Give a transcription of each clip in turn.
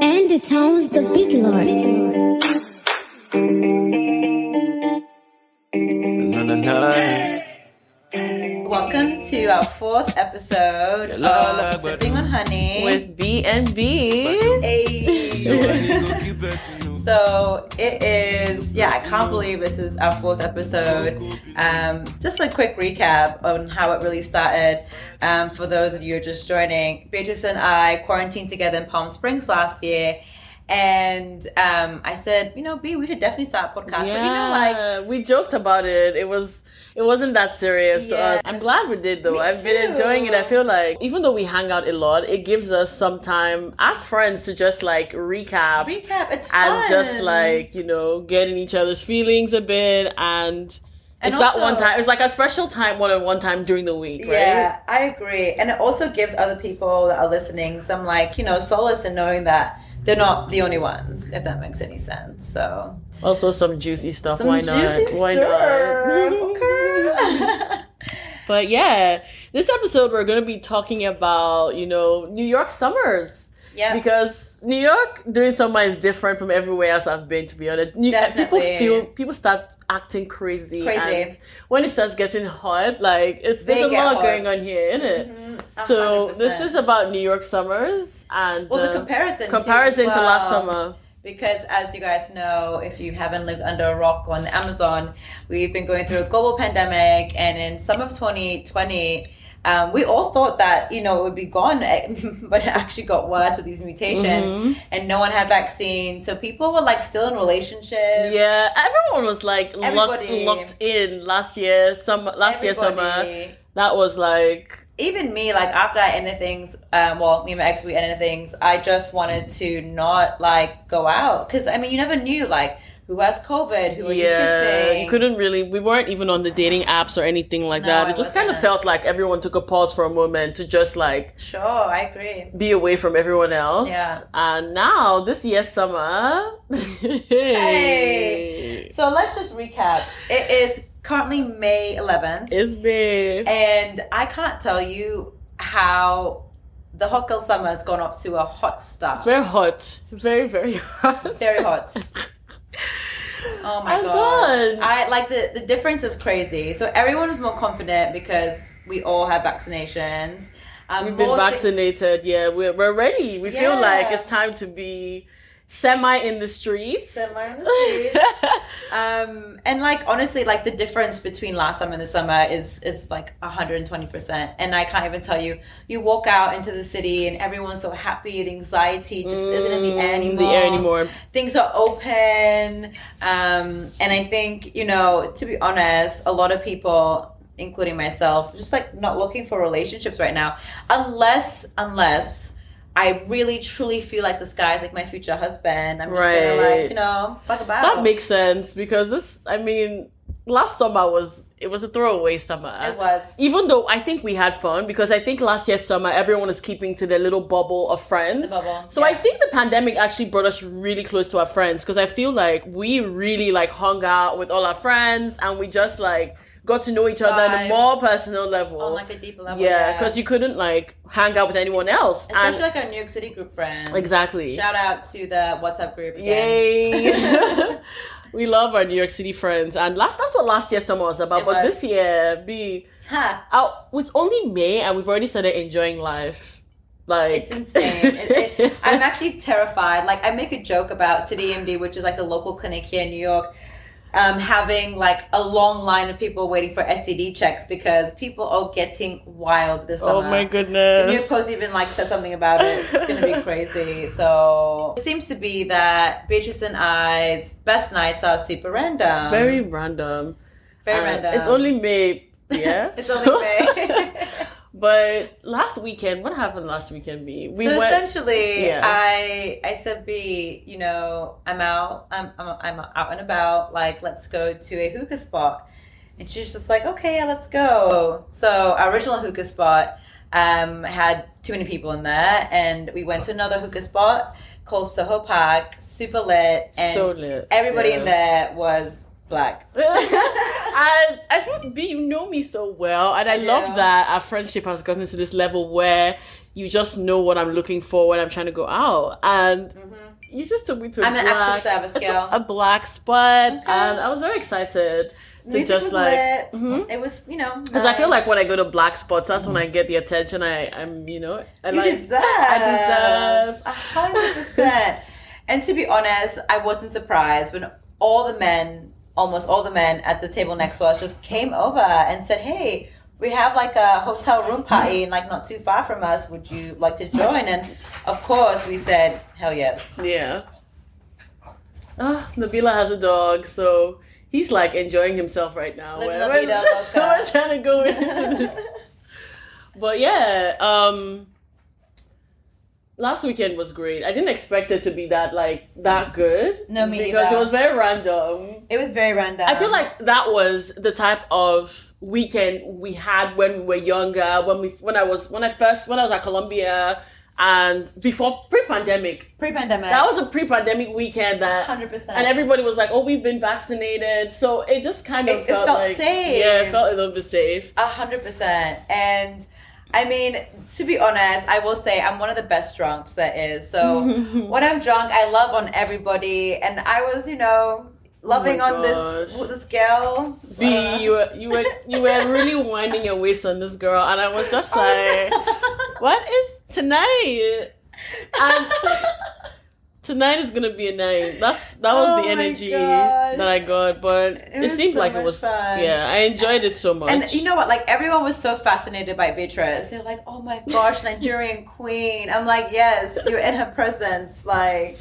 Tones, the beat lord. No, no, no. Welcome to our fourth episode Yeah, la, la, of but- Sipping on Honey. with B and B. Hey. It's so it is, yeah, I can't believe this is our fourth episode. Um, just a quick recap on how it really started. Um, for those of you who are just joining, Beatrice and I quarantined together in Palm Springs last year. And um, I said, you know, B, we should definitely start a podcast. But you know, like, we joked about it. It was it wasn't that serious to us. Yes. I'm glad we did though. Me I've been too. enjoying it. I feel like even though we hang out a lot, it gives us some time as friends to just like recap recap, it's fun. and just like, you know, get in each other's feelings a bit and And it's that one also- time. It's like a special time, one on one time during the week, right? Yeah, I agree. And it also gives other people that are listening some, like, you know, solace in knowing that they're not the only ones, if that makes any sense. So, Also, some juicy stuff. some Why not? juicy Why not? stuff. But yeah, this episode we're going to be talking about, you know, New York summers yeah. because New York during summer is different from everywhere else I've been. To be honest, New, uh, people Definitely. feel people start acting crazy. Crazy. and when it starts getting hot, like it's They there's a get lot hot. Mm-hmm. going on here, isn't it? A So hundred this percent. is about New York summers and well, the uh, comparison comparison too, as to last well, summer. because as you guys know, if you haven't lived under a rock on the Amazon, we've been going through a global pandemic, and in some of 2020. Um, we all thought that you know it would be gone, eh, but it actually got worse with these mutations, Mm-hmm. and no one had vaccine. So people were like still in relationships. Yeah, everyone was like locked, Everybody. locked in last year. Summer last year summer Everybody. that was like even me, like after I ended things, um, well, me and my ex, we ended things. I just wanted to not like go out because I mean, you never knew like who has COVID, who are you Yeah, kissing. you couldn't really. We weren't even on the dating apps or anything like No, that. I It just kind of wasn't. felt like everyone took a pause for a moment to just like Sure, I agree. be away from everyone else. Yeah. And now this year summer, Hey. So let's just recap. It is currently May 11th, it's been and I can't tell you how the hot girl summer has gone up to a hot start. very hot, very very hot. Very hot. Oh my I'm gosh. done. I like the the difference is crazy. So everyone is more confident because we all have vaccinations. Um, We've been more things- vaccinated. Yeah, we're we're ready. We feel like Yeah. it's time to be semi in the streets. Semi in the streets. Um, and like honestly, like the difference between last summer and the summer is is like 120 percent. And I can't even tell you. You walk out into the city and everyone's so happy. The anxiety just isn't in the air in anymore. Mm, the air anymore. things are open um, and i think you know to be honest a lot of people including myself just like not looking for relationships right now unless unless i really truly feel like this guy's like my future husband i'm just gonna Right. like you know fuck about That makes sense because this, I mean, last summer was it was a throwaway summer. it was Even though I think we had fun because I think last year's summer everyone was keeping to their little bubble of friends. The bubble, so I yeah. think the pandemic actually brought us really close to our friends because I feel like we really like hung out with all our friends and we just like got to know each other on a Vibe. Oh more personal level. on like a deeper level yeah, because you couldn't like hang out with anyone else. and- especially like our new york city group friends exactly. shout out to the whatsapp group again Yay! we love our New York City friends, and last that's what last year's summer was about. It but was. this year, be ha out. It's only May, and we've already started enjoying life. Like It's insane. It- it- I'm actually terrified. Like I make a joke about City MD, which is like the local clinic here in New York, um, having like a long line of people waiting for STD checks because people are getting wild this oh summer. my The New York goodness. Post even like said something about it. It's gonna be crazy. So it seems to be that Beatrice and I's best nights are super random. Very random. very Uh, random. It's only May. Yeah. it's only May. but last weekend, what happened last weekend? Me. We so went. essentially, Yeah. I I said, "B, you know, I'm out. I'm, I'm I'm out and about. Like, let's go to a hookah spot." And she's just like, "Okay, yeah, let's go." So our original hookah spot um, had too many people in there, and we went to another hookah spot called Soho Park, super lit, and so lit. everybody Yeah. in there was black. I I feel B, you know me so well, and I Yeah. love that our friendship has gotten to this level where you just know what I'm looking for when I'm trying to go out, and you just took me to a Mm-hmm. I'm an black, active service it's girl. a black spot, Okay. and I was very excited to Music just was like. lit. Mhm. It was, you know, Because I feel like when I go to black spots, that's when I get the attention I, I'm, you know, I you like. deserve. I deserve. A hundred percent. And to be honest, I wasn't surprised when all the men, almost all the men at the table next to us, just came over and said, "Hey, we have like a hotel room party, and like not too far from us. Would you like to join?" And of course, we said, "Hell yes." Yeah. Ah, Nabila has a dog, so he's like enjoying himself right now. Live We're- la we're- vida loca. we're trying to go into this. But yeah, um last weekend was great. I didn't expect it to be that like that good. No, me Um, because either. it was very random. It was very random. I feel like that was the type of weekend we had when we were younger, when we when I was when I first when I was at Columbia and before pre-pandemic. pre-pandemic. That was a pre-pandemic weekend that hundred percent. and everybody was like, "Oh, we've been vaccinated," so it just kind of It- it felt, felt like safe. yeah, it felt a little bit safe. A hundred percent. And I mean, to be honest, I will say I'm one of the best drunks that is. So when I'm drunk, I love on everybody, and I was, you know, loving Oh my on gosh. this this girl. B, you were you were you uh-huh. were really winding your waist on this girl, and I was Oh, just like, "What is tonight?" And tonight is gonna be a night. That's that was Oh the my energy gosh. that I got, but It it, was seemed so like it much was fun. yeah. I enjoyed it so much. And you know what? Like everyone was so fascinated by Beatrice. They're like, "Oh my gosh, Nigerian queen!" I'm like, "Yes, you're in her presence. Like,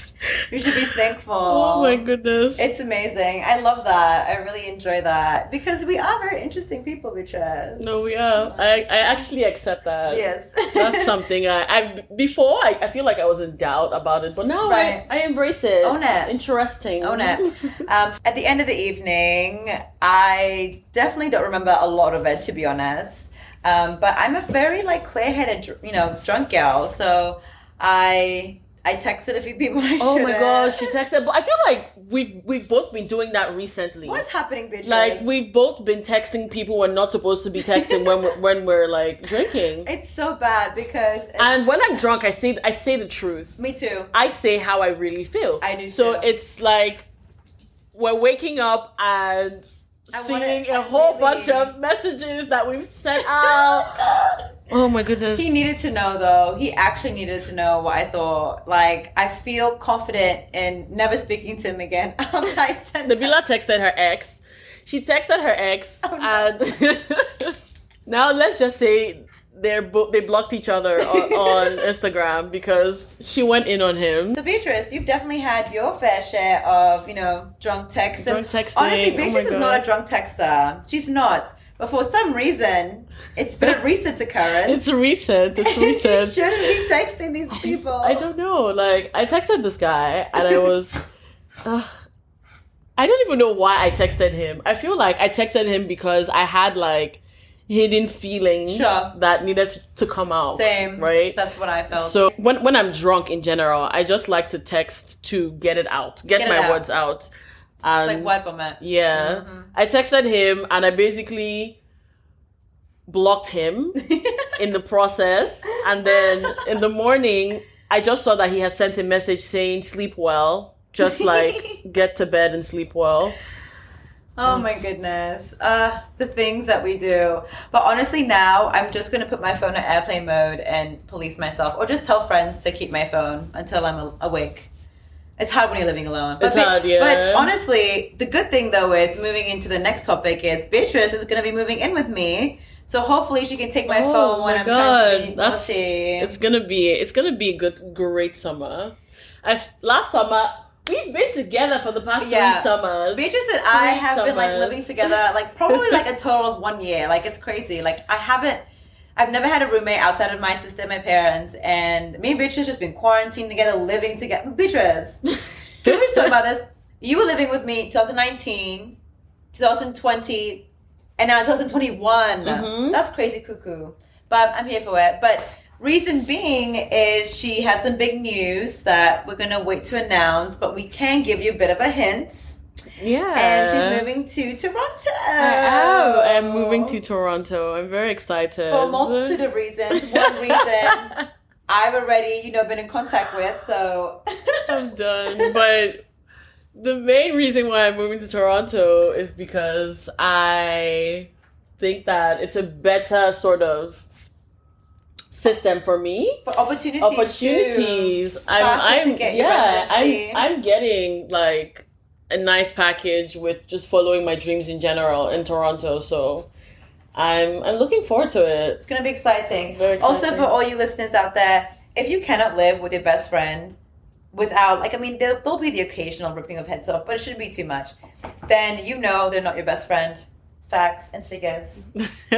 you should be thankful." oh my goodness, It's amazing. I love that. I really enjoy that because we are very interesting people, Beatrice. no, we are. I I actually accept that. Yes. That's something I, I've before I, I feel like I was in doubt about it, but now Right. I, I embrace it. Own it. Interesting. Own it. Um, at the end of the evening, I definitely don't remember a lot of it, to be honest. Um, but I'm a very like clear-headed, dr- you know, drunk girl. So I I texted a few people. I Oh my shouldn't. gosh, you texted. But I feel like we've we've both been doing that recently. What's happening, Beatrice? Like we've both been texting people we're not supposed to be texting when we're, when we're like drinking. it's so bad because And when I'm drunk, I say I say the truth. me too. I say how I really feel. I do So too. it's like we're waking up and I seeing wanna- a I whole really- bunch of messages that we've sent out. oh my goodness. He needed to know though. He actually needed to know what I thought. Like I feel confident in never speaking to him again. I said Nabila texted her ex. She texted her ex, Oh, and now let's just say they're bo- they blocked each other on, on Instagram because she went in on him. So Beatrice, you've definitely had your fair share of, you know, drunk texts. And Drunk texting. Honestly, Oh my Beatrice is not a gosh. drunk texter. She's not. But for some reason, it's been a recent occurrence. It's recent. It's she recent. shouldn't be texting these people. I don't know. Like I texted this guy, and I was. Ugh. I don't even know why I texted him. I feel like I texted him because I had like hidden feelings Sure. that needed to, to come out. Same. Right? That's what I felt. So when when I'm drunk in general, I just like to text to get it out, get, Get it my out. words out. And like Mm-hmm. word vomit. yeah, I texted him and I basically blocked him in the process. And then in the morning, I just saw that he had sent a message saying sleep well, just like get to bed and sleep well. Oh my goodness. Uh, the things that we do. But honestly, now I'm just going to put my phone on airplane mode and police myself, or just tell friends to keep my phone until I'm a- awake. It's hard when you're living alone. It's hard, yeah. But honestly, the good thing though is moving into the next topic is Beatrice is going to be moving in with me. So hopefully she can take my oh phone my when I'm trying to god, be that's naughty. it's gonna be it's gonna be a good great summer. I last summer we've been together for the past Yeah. three summers. Beatrice and I Three have been like summers. living together like probably like a total of one year. Like it's crazy. Like I haven't I've never had a roommate outside of my sister and my parents and me and Beatrice just been quarantined together, living together. Beatrice, can we just talk about this? You were living with me 2019, 2020, and now 2021. Mhm. That's crazy cuckoo. But I'm here for it. But reason being is she has some big news that we're gonna wait to announce, but we can give you a bit of a hint. yeah, And Uh-huh. she's moving to Toronto. Uh, I am. I'm moving to Toronto. I'm very excited. for a multitude of reasons. One reason I've already, you know, been in contact with. So I'm done. But the main reason why I'm moving to Toronto is because I think that it's a better sort of system for me. But opportunities. too. Opportunities. Faster to I'm, I'm get your yeah, I'm, residency. I'm getting like a nice package with just following my dreams in general in Toronto. So I'm I'm looking forward to it. It's gonna be exciting. Very Also, exciting. for all you listeners out there, if you cannot live with your best friend without, like, I mean, there, there'll be the occasional ripping of heads off, but it shouldn't be too much. Then you know they're not your best friend. Facts and figures.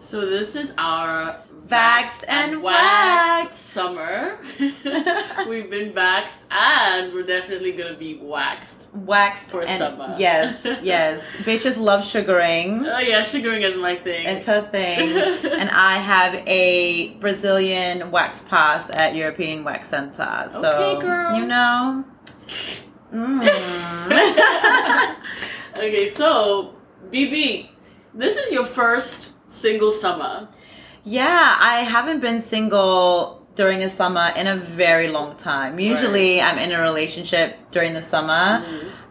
so this is our Vaxxed and waxed. summer. We've been vaxxed and we're definitely gonna be waxed. Waxed For and- summer. Yes, yes. Bitches love sugaring. Oh yeah, sugaring is my thing. It's her thing. and I have a Brazilian wax pass at European Wax Center. So, Okay, girl. you know. Mm. okay, so BB, this is your first single summer. yeah, I haven't been single during the summer in a very long time. Usually I'm in a relationship during the summer.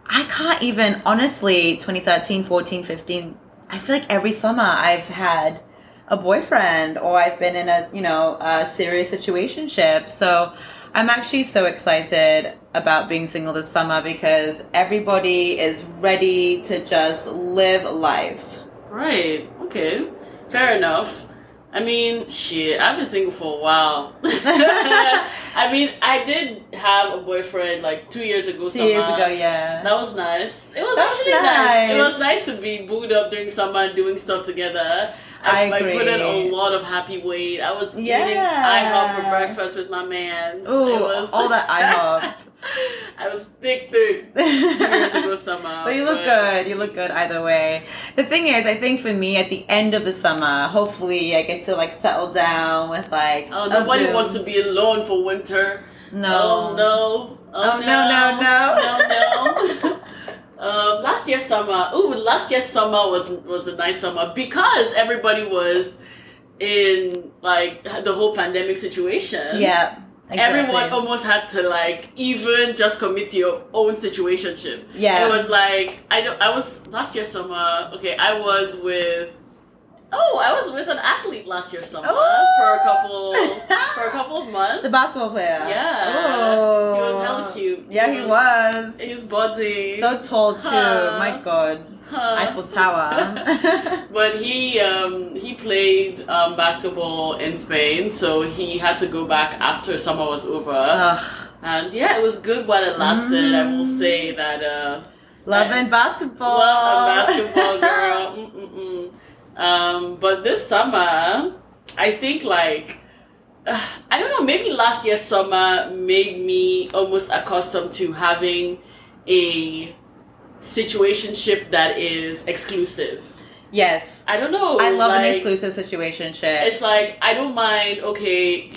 I can't even, honestly, 2013, 14, 15, I feel like every summer I've had a boyfriend or I've been in a, you know, a serious situationship. So I'm actually so excited about being single this summer because everybody is ready to just live life. Right. Okay. Fair enough. I mean, shit. I've been single for a while. I mean, I did have a boyfriend like two years ago. Two years summer. ago, yeah. That was nice. It was That was actually nice. It nice. was nice to be booed up during summer and doing stuff together. I put in agree. a lot of happy weight. I was eating Yeah. IHOP for breakfast with my man. Ooh, all that IHOP. I was thick, thick. Two years ago, summer. But you look good. You look good either way. The thing is, I think for me, at the end of the summer, hopefully, I get to like settle down with like. Oh, a nobody room. wants to be alone for winter. No. Oh no. Oh, Oh, no, no, no. No, no. Um, last year's summer, ooh, last year's summer was was a nice summer because everybody was in like the whole pandemic situation. Yeah. Everyone almost had to like even just commit to your own situationship. Yeah. It was like I don't I was last year summer, okay, I was with Oh, I was with an athlete last year summer Oh. for a couple for a couple of months. The basketball player. oh. Yeah. Oh. He was hella cute. Yeah, he was. His body. So tall too. Huh. My God. Huh. Eiffel Tower. But he um, he played um, basketball in Spain, so he had to go back after summer was over. Ugh. and yeah, it was good while it lasted. I will Mm. say that uh, Loving basketball. love a basketball girl. Mm-mm-mm. Um, but this summer, I think like uh, I don't know. Maybe last year's summer made me almost accustomed to having a situationship that is exclusive. yes. I don't know. I love an like, exclusive situation shit. It's like I don't mind. Okay.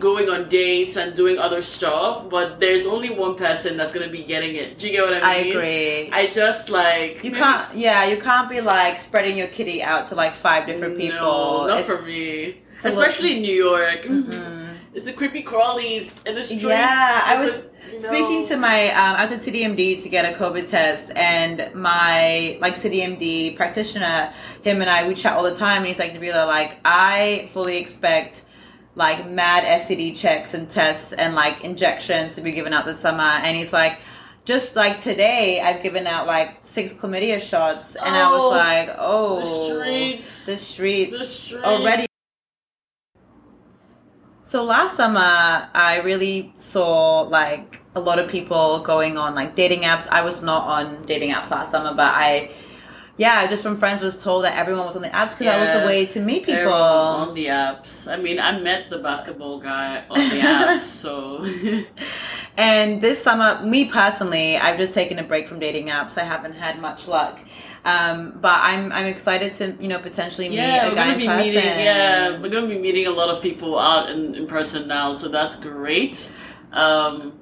Going on dates and doing other stuff, but there's only one person that's gonna be getting it. Do you get what I I mean? agree. I just like You maybe- can't, yeah, you can't be like spreading your kitty out to like five different people. No, not It's- for me. a little- Especially in New York. Mm-hmm. It's the creepy crawlies in the streets. Yeah, I with was the- you know. Speaking to my, um, I was at CityMD to get a COVID test, and my like CityMD practitioner, him and I, we chat all the time, and he's like, Nabila, like I fully expect like mad STD checks and tests and like injections to be given out this summer, and he's like. Just like today, I've given out like six chlamydia shots, and I Oh, was like, "Oh, the streets. the streets, The streets. already. So last summer, I really saw like a lot of people going on like dating apps. I was not on dating apps last summer, but I, yeah, just from friends was told that everyone was on the apps because that was the Yeah. way to meet people. Everyone's on the apps. I mean, I met the basketball guy on the apps, so And this summer, me personally, I've just taken a break from dating apps. I haven't had much luck, um, but I'm I'm excited to you know potentially meet yeah, a we're guy gonna in be person. meeting. Yeah, we're gonna be meeting a lot of people out in, in person now, so that's great. Um,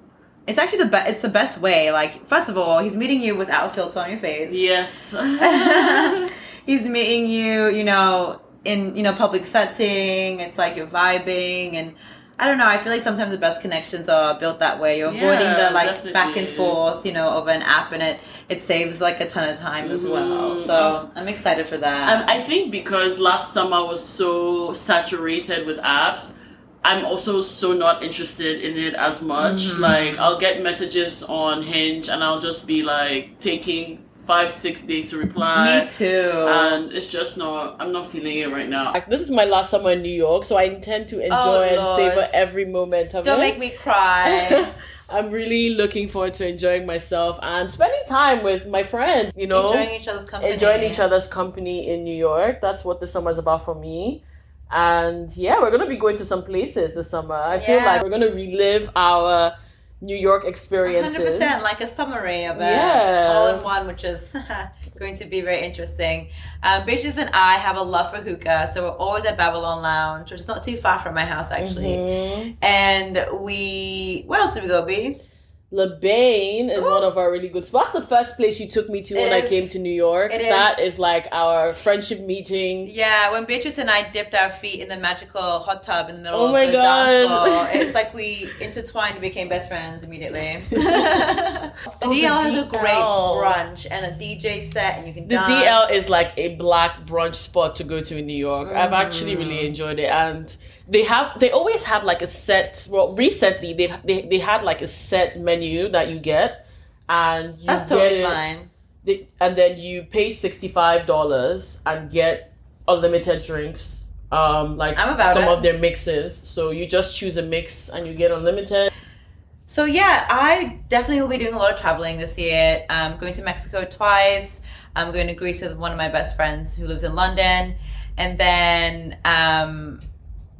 It's actually the best. It's the best way. Like, first of all, he's meeting you without a filter on your face. yes, he's meeting you. You know, in you know public setting. It's like you're vibing, and I don't know. I feel like sometimes the best connections are built that way. You're avoiding Yeah, the like back and definitely. forth, you know, over an app, and it it saves like a ton of time as well. Mhm. So I'm excited for that. Um, I think because last summer was so saturated with apps, I'm also so not interested in it as much. Like, I'll get messages on Hinge and I'll just be like taking five, six days to reply. Me too. And it's just not, I'm not feeling it right now. This is my last summer in New York, so I intend to Oh, Lord. enjoy and savor every moment of Don't it. make me cry. I'm really looking forward to enjoying myself and spending time with my friends, you know? Enjoying each other's company. enjoying each other's company in New York. That's what the summer's about for me. And yeah, we're gonna be going to some places this summer. I feel Yeah. like we're gonna relive our New York experiences. 100% like a summary of it Yeah. all in one which is going to be very interesting um, Bitches and I have a love for hookah so we're always at Babylon Lounge which is not too far from my house actually Mhm. and we where else did we go B? Lebain is Ooh. one of our really good spots. That's the first place you took me to It when I is. came to New York. It That is. is like our friendship meeting. Yeah, when Beatrice and I dipped our feet in the magical hot tub in the middle Oh of my the dance God. floor, it's like we intertwined and became best friends immediately. the Oh, DL has a great DL. brunch and a DJ set, and you can The dance. DL is like a black brunch spot to go to in New York. I've Mm-hmm. actually really enjoyed it and they have they always have like a set well recently they've they, they had like a set menu that you get and you that's totally get it- fine. they- and then you pay $65 and get unlimited drinks um like I'm about some it. of their mixes so you just choose a mix and you get unlimited So yeah, I definitely will be doing a lot of traveling this year. I'm going to Mexico twice. I'm going to Greece with one of my best friends who lives in London, and then um,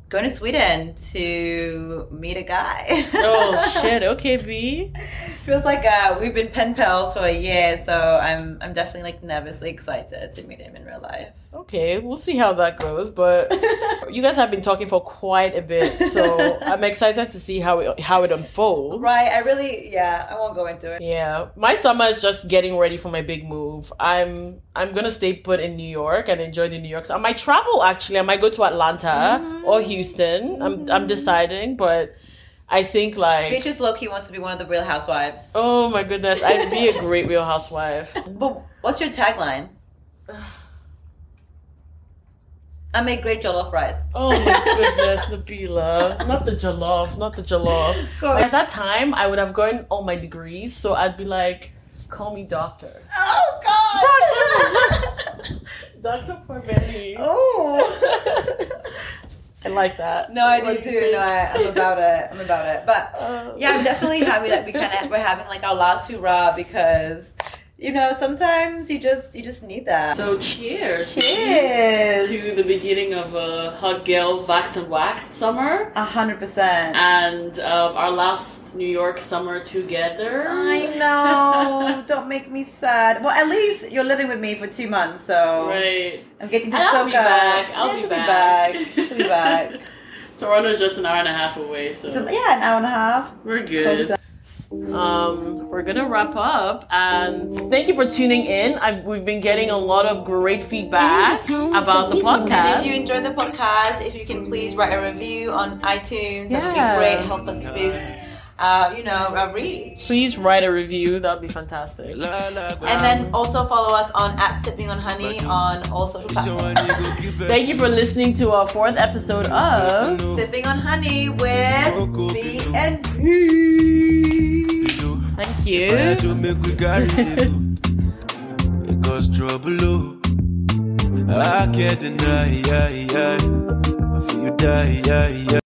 going to Sweden to meet a guy. oh shit okay b Feels like uh, we've been pen pals for a year, so I'm I'm definitely like nervously excited to meet him in real life. okay we'll see how that goes but You guys have been talking for quite a bit, so I'm excited to see how it how it unfolds. right, I really yeah, I won't go into it. Yeah, my summer is just getting ready for my big move. I'm I'm gonna stay put in New York and enjoy the New York. So I might travel actually. I might go to Atlanta or Houston. I'm I'm deciding, but I think like Beatrice Loki wants to be one of the Real Housewives. oh my goodness, I'd be a great Real Housewife. But what's your tagline? I make great jollof rice. Oh my goodness, the Nabila, not the jollof, not the jollof. Go on. At that time, I would have gotten all my degrees, so I'd be like, call me doctor. Oh God! Dr. Porbetti. oh. I like that. No, I What do you too. No, I, I'm about it. I'm about it. But Uh, yeah, I'm definitely happy that we kind of we're having like our last hoorah because you know sometimes you just you just need that. So cheers. Cheers To the beginning of a hot girl waxed and waxed summer A hundred percent. and um, our last New York summer together. I know. Don't make me sad. Well, at least you're living with me for two months, so Right. I'm getting to And I'll be soak up. back. I'll Yeah, be she'll back. be back. She'll be back. Toronto's just an hour and a half away, so, So yeah, an hour and a half. we're Told good. you that. um, we're gonna wrap up and thank you for tuning in. I've, we've been getting a lot of great feedback And the about the times that we podcast. If you enjoyed the podcast, if you can please write a review on iTunes, that would be Yeah. great. Help us boost, uh, you know, our reach. Please write a review. That'd be fantastic. And then also follow us on at Sipping on Honey on all social platforms. Thank you for listening to our fourth episode of. Sipping on Honey with B and Thank you. make we carry it cause trouble oh. I can't deny I, I, I feel you die I, I.